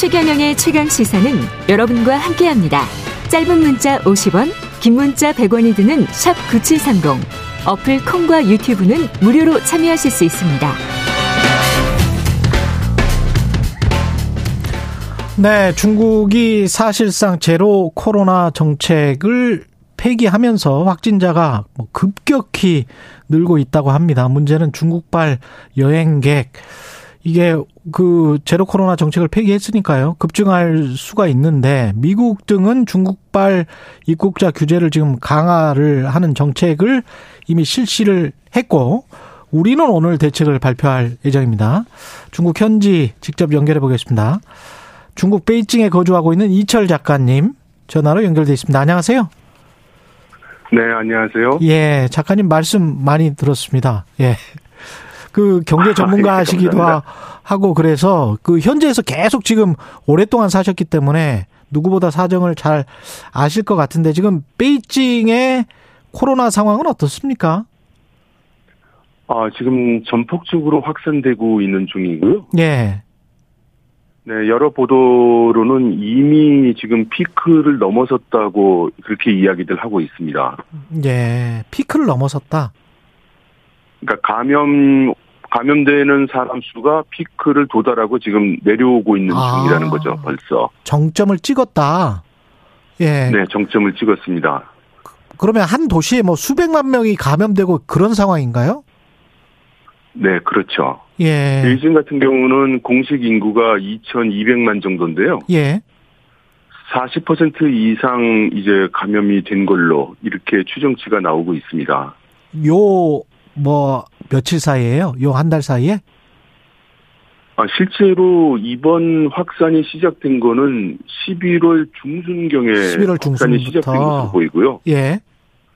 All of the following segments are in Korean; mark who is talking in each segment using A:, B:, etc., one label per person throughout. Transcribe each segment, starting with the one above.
A: 최경영의 최강 시사는 여러분과 함께합니다. 짧은 문자 50원, 긴 문자 100원이 드는 샵 #9730 어플 콩과 유튜브는 무료로 참여하실 수 있습니다.
B: 네, 중국이 사실상 제로 코로나 정책을 폐기하면서 확진자가 뭐 급격히 늘고 있다고 합니다. 문제는 중국발 여행객. 이게 그 제로 코로나 정책을 폐기했으니까요. 급증할 수가 있는데 미국 등은 중국발 입국자 규제를 지금 강화를 하는 정책을 이미 실시를 했고 우리는 오늘 대책을 발표할 예정입니다. 중국 현지 직접 연결해 보겠습니다. 중국 베이징에 거주하고 있는 이철 작가님 전화로 연결돼 있습니다. 안녕하세요.
C: 네, 안녕하세요.
B: 예, 작가님 말씀 많이 들었습니다. 예. 그 경제 전문가시기도
C: 아, 예,
B: 하고 그래서 그 현지에서 계속 지금 오랫동안 사셨기 때문에 누구보다 사정을 잘 아실 것 같은데 지금 베이징의 코로나 상황은 어떻습니까?
C: 아, 지금 전폭적으로 확산되고 있는 중이고요.
B: 예.
C: 네, 여러 보도로는 이미 지금 피크를 넘어섰다고 그렇게 이야기들 하고 있습니다.
B: 예. 피크를 넘어섰다.
C: 그러니까 감염 감염되는 사람 수가 피크를 도달하고 지금 내려오고 있는
B: 아.
C: 중이라는 거죠. 벌써
B: 정점을 찍었다. 예.
C: 네 정점을 찍었습니다.
B: 그러면 한 도시에 뭐 수백만 명이 감염되고 그런 상황인가요?
C: 네, 그렇죠.
B: 예.
C: 베이징 같은 경우는 공식 인구가 2,200만 정도인데요.
B: 예.
C: 40% 이상 이제 감염이 된 걸로 이렇게 추정치가 나오고 있습니다.
B: 요 뭐 며칠 사이에요? 요 한 달 사이에?
C: 아, 실제로 이번 확산이 시작된 거는 11월 중순경에
B: 11월
C: 확산이
B: 중순부터.
C: 시작된 것으로 보이고요.
B: 예.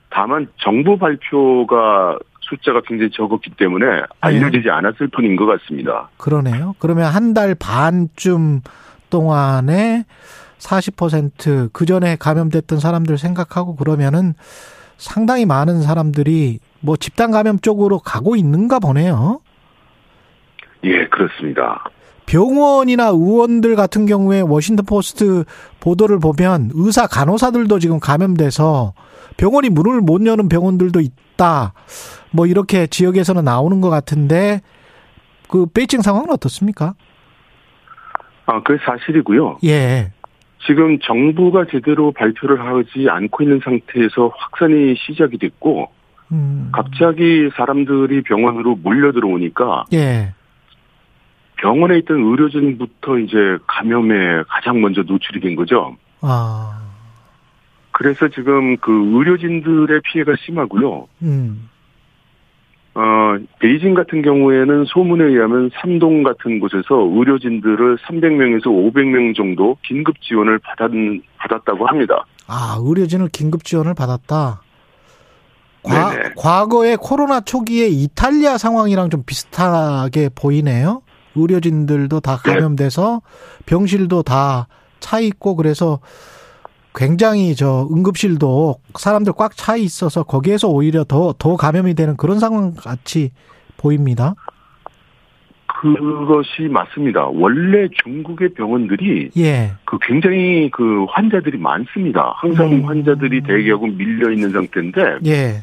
C: 다만 정부 발표가 숫자가 굉장히 적었기 때문에
B: 네.
C: 알려지지 않았을 뿐인 것 같습니다.
B: 그러네요. 그러면 한 달 반쯤 동안에 40%그 전에 감염됐던 사람들 생각하고 그러면은 상당히 많은 사람들이 뭐 집단 감염 쪽으로 가고 있는가 보네요.
C: 예, 그렇습니다.
B: 병원이나 의원들 같은 경우에 워싱턴 포스트 보도를 보면 의사 간호사들도 지금 감염돼서 병원이 문을 못 여는 병원들도 있다. 뭐 이렇게 지역에서는 나오는 것 같은데 그 베이징 상황은 어떻습니까?
C: 아, 그게 사실이고요.
B: 예.
C: 지금 정부가 제대로 발표를 하지 않고 있는 상태에서 확산이 시작이 됐고,
B: 음.
C: 갑자기 사람들이 병원으로 몰려 들어오니까
B: 예.
C: 병원에 있던 의료진부터 이제 감염에 가장 먼저 노출이 된 거죠.
B: 아.
C: 그래서 지금 그 의료진들의 피해가 심하고요.
B: 음.
C: 어, 베이징 같은 경우에는 소문에 의하면 삼동 같은 곳에서 의료진들을 300명에서 500명 정도 긴급 지원을 받았, 받았다고 합니다.
B: 아, 의료진을 긴급 지원을 받았다. 과,
C: 네네.
B: 과거에 코로나 초기에 이탈리아 상황이랑 좀 비슷하게 보이네요. 의료진들도 다
C: 네.
B: 감염돼서 병실도 다 차 있고 그래서 굉장히 저 응급실도 사람들 꽉 차 있어서 거기에서 오히려 더 더 감염이 되는 그런 상황 같이 보입니다.
C: 그것이 맞습니다. 원래 중국의 병원들이
B: 예.
C: 그 굉장히 그 환자들이 많습니다. 항상
B: 음.
C: 환자들이 대기하고 밀려 있는 상태인데
B: 예.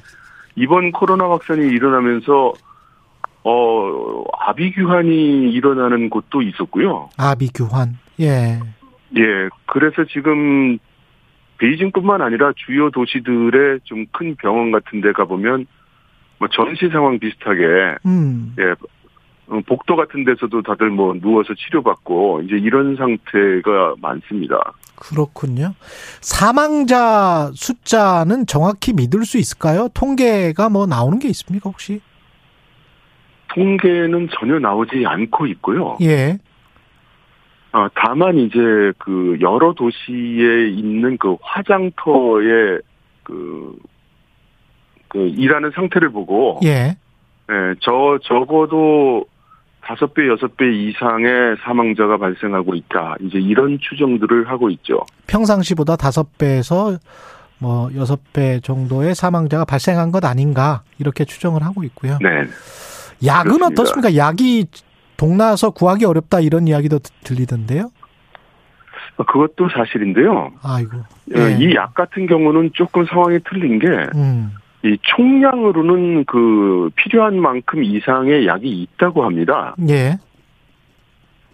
C: 이번 코로나 확산이 일어나면서 어 아비규환이 일어나는 곳도 있었고요.
B: 아비규환. 예.
C: 예, 그래서 지금 베이징뿐만 아니라 주요 도시들의 좀 큰 병원 같은 데 가보면 뭐 전시 상황 비슷하게
B: 음.
C: 예, 어, 복도 같은 데서도 다들 뭐 누워서 치료받고 이제 이런 상태가 많습니다.
B: 그렇군요. 사망자 숫자는 정확히 믿을 수 있을까요? 통계가 뭐 나오는 게 있습니까, 혹시?
C: 통계는 전혀 나오지 않고 있고요.
B: 예.
C: 아, 다만 이제 그 여러 도시에 있는 그 화장터의 그, 그 일하는 상태를 보고
B: 예.
C: 예, 저 적어도 다섯 배 여섯 배 이상의 사망자가 발생하고 있다. 이제 이런 추정들을 하고 있죠.
B: 평상시보다 다섯 배에서뭐 여섯 배 정도의 사망자가 발생한 것 아닌가 이렇게 추정을 하고 있고요.
C: 네.
B: 약은
C: 그렇습니다.
B: 어떻습니까? 약이 동나서 구하기 어렵다 이런 이야기도 드- 들리던데요.
C: 아, 그것도 사실인데요.
B: 아이고.
C: 예,
B: 예.
C: 이 약 같은 경우는 조금 상황이 틀린 게 이
B: 음.
C: 총량으로는 그 필요한 만큼 이상의 약이 있다고 합니다.
B: 예.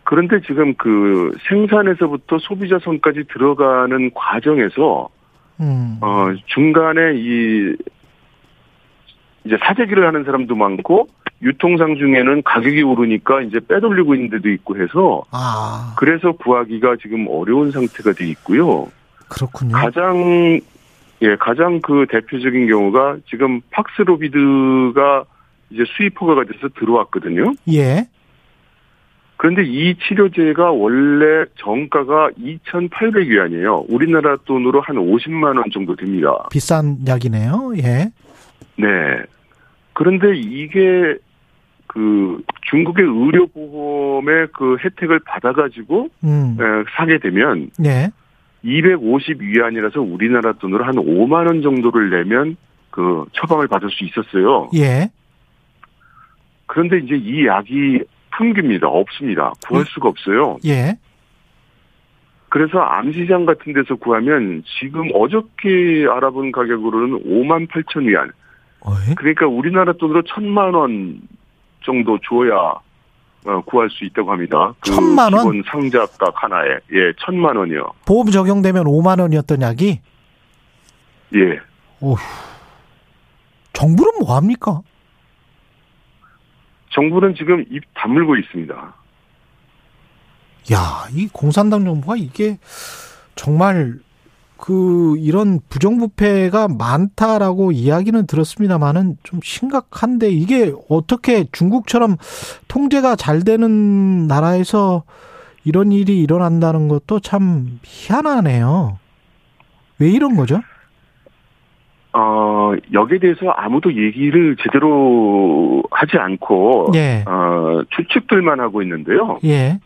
C: 그런데 지금 그 생산에서부터 소비자 손까지 들어가는 과정에서
B: 음.
C: 어 중간에 이 이제 사재기를 하는 사람도 많고 유통상 중에는 가격이 오르니까 이제 빼돌리고 있는 데도 있고 해서
B: 아,
C: 그래서 구하기가 지금 어려운 상태가 돼 있고요.
B: 그렇군요.
C: 가장 예 가장 그 대표적인 경우가 지금 팍스로비드가 이제 수입 허가가 돼서 들어왔거든요.
B: 예.
C: 그런데 이 치료제가 원래 정가가 2,800위안이에요. 우리나라 돈으로 한 50만 원 정도 됩니다.
B: 비싼 약이네요. 예.
C: 네. 그런데 이게 그 중국의 의료 보험의 그 혜택을 받아가지고
B: 음.
C: 에, 사게 되면
B: 예.
C: 250위안이라서 우리나라 돈으로 한 5만 원 정도를 내면 그 처방을 받을 수 있었어요.
B: 예.
C: 그런데 이제 이 약이 품깁니다. 없습니다. 구할 수가 없어요.
B: 예.
C: 그래서 암시장 같은 데서 구하면 지금 어저께 알아본 가격으로는 5만 8천 위안.
B: 어이?
C: 그러니까 우리나라 돈으로 천만 원 정도 줘야 어, 구할 수 있다고 합니다. 그
B: 천만 원?
C: 기본 상자값 하나에 예 천만 원이요.
B: 보험 적용되면 5만 원이었던 약이
C: 예.
B: 정부는 뭐 합니까?
C: 정부는 지금 입 다물고 있습니다.
B: 야, 이 공산당 정부가 이게 정말 그 이런 부정부패가 많다라고 이야기는 들었습니다만은 좀 심각한데 이게 어떻게 중국처럼 통제가 잘 되는 나라에서 이런 일이 일어난다는 것도 참 희한하네요. 왜 이런 거죠?
C: 어 여기에 대해서 아무도 얘기를 제대로 하지 않고
B: 예.
C: 어, 추측들만 하고 있는데요.
B: 예.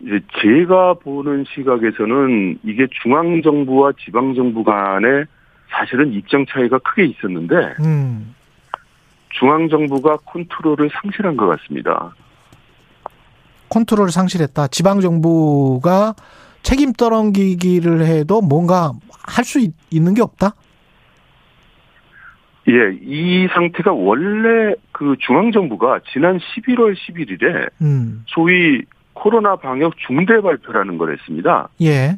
C: 이제 제가 보는 시각에서는 이게 중앙 정부와 지방 정부 간에 사실은 입장 차이가 크게 있었는데
B: 음.
C: 중앙 정부가 컨트롤을 상실한 것 같습니다.
B: 컨트롤 상실했다. 지방 정부가 책임 떠넘기기를 해도 뭔가 할 수 있는 게 없다.
C: 예, 이 상태가 원래 그 중앙 정부가 지난 11월 11일에
B: 음.
C: 소위 코로나 방역 중대 발표라는 걸 했습니다.
B: 예.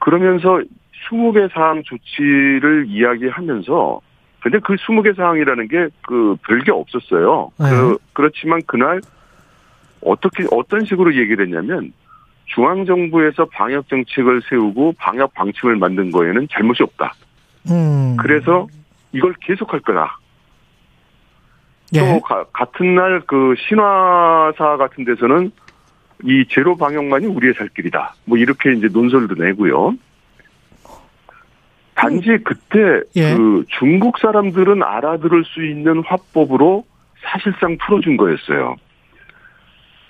C: 그러면서 20개 사항 조치를 이야기하면서 근데 그 20개 사항이라는 게 그 별게 없었어요.
B: 네.
C: 그, 그렇지만 그날 어떻게 어떤 식으로 얘기를 했냐면 중앙 정부에서 방역 정책을 세우고 방역 방침을 만든 거에는 잘못이 없다.
B: 음.
C: 그래서 이걸 계속할 거다.
B: 예.
C: 또 가- 같은 날 그 신화사 같은 데서는 이 제로 방역만이 우리의 살 길이다. 뭐 이렇게 이제 논설도 내고요. 단지 그때
B: 음. 예.
C: 그 중국 사람들은 알아들을 수 있는 화법으로 사실상 풀어준 거였어요.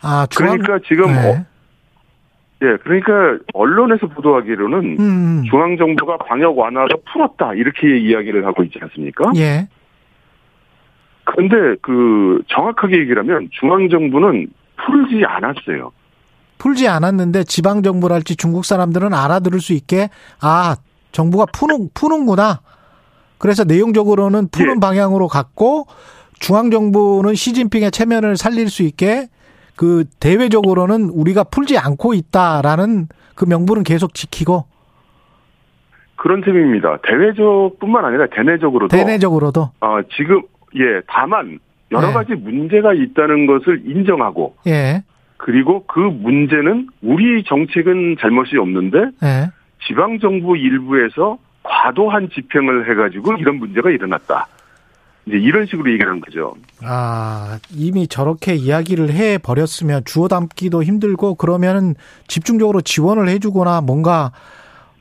B: 아, 중앙-
C: 그러니까 지금
B: 네.
C: 어- 예, 그러니까 언론에서 보도하기로는
B: 음. 음.
C: 중앙 정부가 방역 완화로 풀었다 이렇게 이야기를 하고 있지 않습니까?
B: 예.
C: 근데 그 정확하게 얘기를 하면 중앙 정부는 풀지 않았어요.
B: 풀지 않았는데 지방 정부랄지 중국 사람들은 알아들을 수 있게 아, 정부가 푸는 푸는구나. 그래서 내용적으로는 푸는
C: 예.
B: 방향으로 갔고 중앙 정부는 시진핑의 체면을 살릴 수 있게 그 대외적으로는 우리가 풀지 않고 있다라는 그 명분은 계속 지키고
C: 그런 셈입니다. 대외적뿐만 아니라 대내적으로도
B: 대내적으로도
C: 어, 지금 예 다만 여러
B: 네.
C: 가지 문제가 있다는 것을 인정하고
B: 예.
C: 그리고 그 문제는 우리 정책은 잘못이 없는데
B: 예.
C: 지방 정부 일부에서 과도한 집행을 해가지고 이런 문제가 일어났다. 이제 이런 식으로 얘기를 한 거죠.
B: 아, 이미 저렇게 이야기를 해 버렸으면 주워 담기도 힘들고 그러면은 집중적으로 지원을 해주거나 뭔가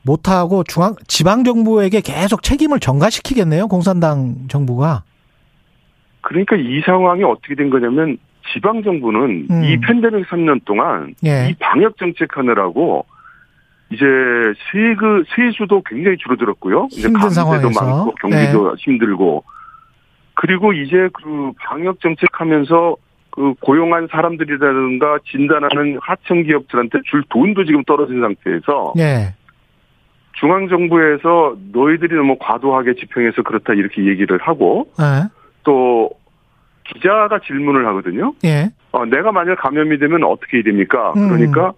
B: 못하고 중앙, 지방 정부에게 계속 책임을 전가시키겠네요. 공산당 정부가.
C: 그러니까 이 상황이 어떻게 된 거냐면 지방 정부는
B: 음.
C: 이 팬데믹 3년 동안
B: 예.
C: 이 방역 정책 하느라고 이제 세그 세수도 굉장히 줄어들었고요. 이제
B: 힘든
C: 감세도
B: 상황에서. 네.
C: 많고 경기도 힘들고 그리고 이제 그 방역 정책 하면서 그 고용한 사람들이라든가 진단하는 하청 기업들한테 줄 돈도 지금 떨어진 상태에서
B: 예.
C: 중앙 정부에서 너희들이 너무 과도하게 집행해서 그렇다 이렇게 얘기를 하고
B: 예.
C: 또 기자가 질문을 하거든요.
B: 예.
C: 어, 내가 만약 감염이 되면 어떻게 됩니까?
B: 음.
C: 그러니까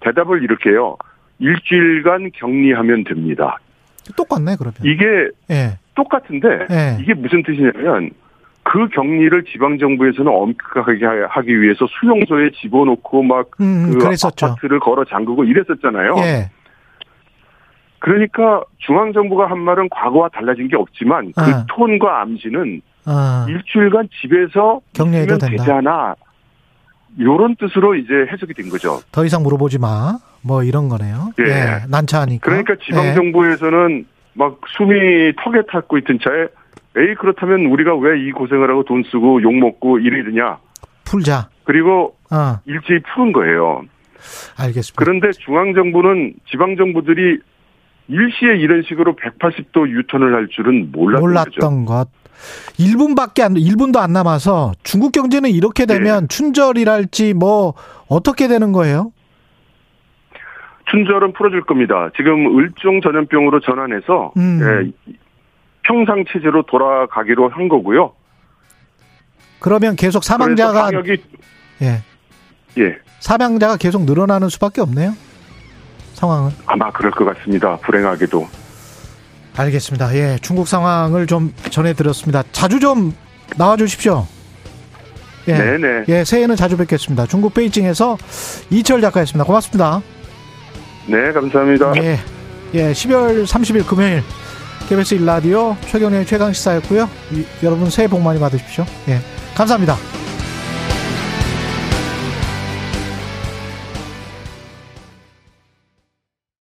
C: 대답을 이렇게 해요. 일주일간 격리하면 됩니다.
B: 똑같네 그러면.
C: 이게
B: 예.
C: 똑같은데
B: 예.
C: 이게 무슨 뜻이냐면 그 격리를 지방 정부에서는 엄격하게 하기 위해서 수용소에 집어넣고 막
B: 음,
C: 그
B: 그랬었죠.
C: 아파트를 걸어 잠그고 이랬었잖아요.
B: 예.
C: 그러니까 중앙 정부가 한 말은 과거와 달라진 게 없지만 그
B: 아.
C: 톤과 암시는
B: 아,
C: 일주일간 집에서
B: 격리해도
C: 있으면
B: 된다.
C: 되잖아. 요런 뜻으로 이제 해석이 된 거죠.
B: 더 이상 물어보지 마. 뭐 이런 거네요.
C: 예.
B: 난처하니까.
C: 그러니까
B: 예.
C: 지방 정부에서는 막 숨이 턱에 탔고 있던 차에 에이 그렇다면 우리가 왜 이 고생을 하고 돈 쓰고 욕 먹고 이러느냐.
B: 풀자.
C: 그리고
B: 어,
C: 일제히 푸는 거예요.
B: 알겠습니다.
C: 그런데 중앙 정부는 지방 정부들이 일시에 이런 식으로 180도 유턴을 할 줄은 몰랐던, 거죠.
B: 몰랐던 것. 1분밖에 안, 1분도 안 남아서 중국 경제는 이렇게
C: 네.
B: 되면 춘절이랄지 뭐 어떻게 되는 거예요?
C: 춘절은 풀어줄 겁니다. 지금 을종 전염병으로 전환해서
B: 음.
C: 예, 평상 체제로 돌아가기로 한 거고요.
B: 그러면 계속
C: 그래서
B: 사망자가,
C: 방역이
B: 예.
C: 예
B: 사망자가 계속 늘어나는 수밖에 없네요. 상황은.
C: 아마 그럴 것 같습니다. 불행하게도.
B: 알겠습니다. 예. 중국 상황을 좀 전해드렸습니다. 자주 좀 나와 주십시오. 예.
C: 네네.
B: 예. 새해에는 자주 뵙겠습니다. 중국 베이징에서 이철 작가였습니다. 고맙습니다.
C: 네, 감사합니다.
B: 예. 예, 12월 30일 금요일 KBS 1라디오 최경련의 최강시사였고요. 이- 여러분 새해 복 많이 받으십시오. 예, 감사합니다.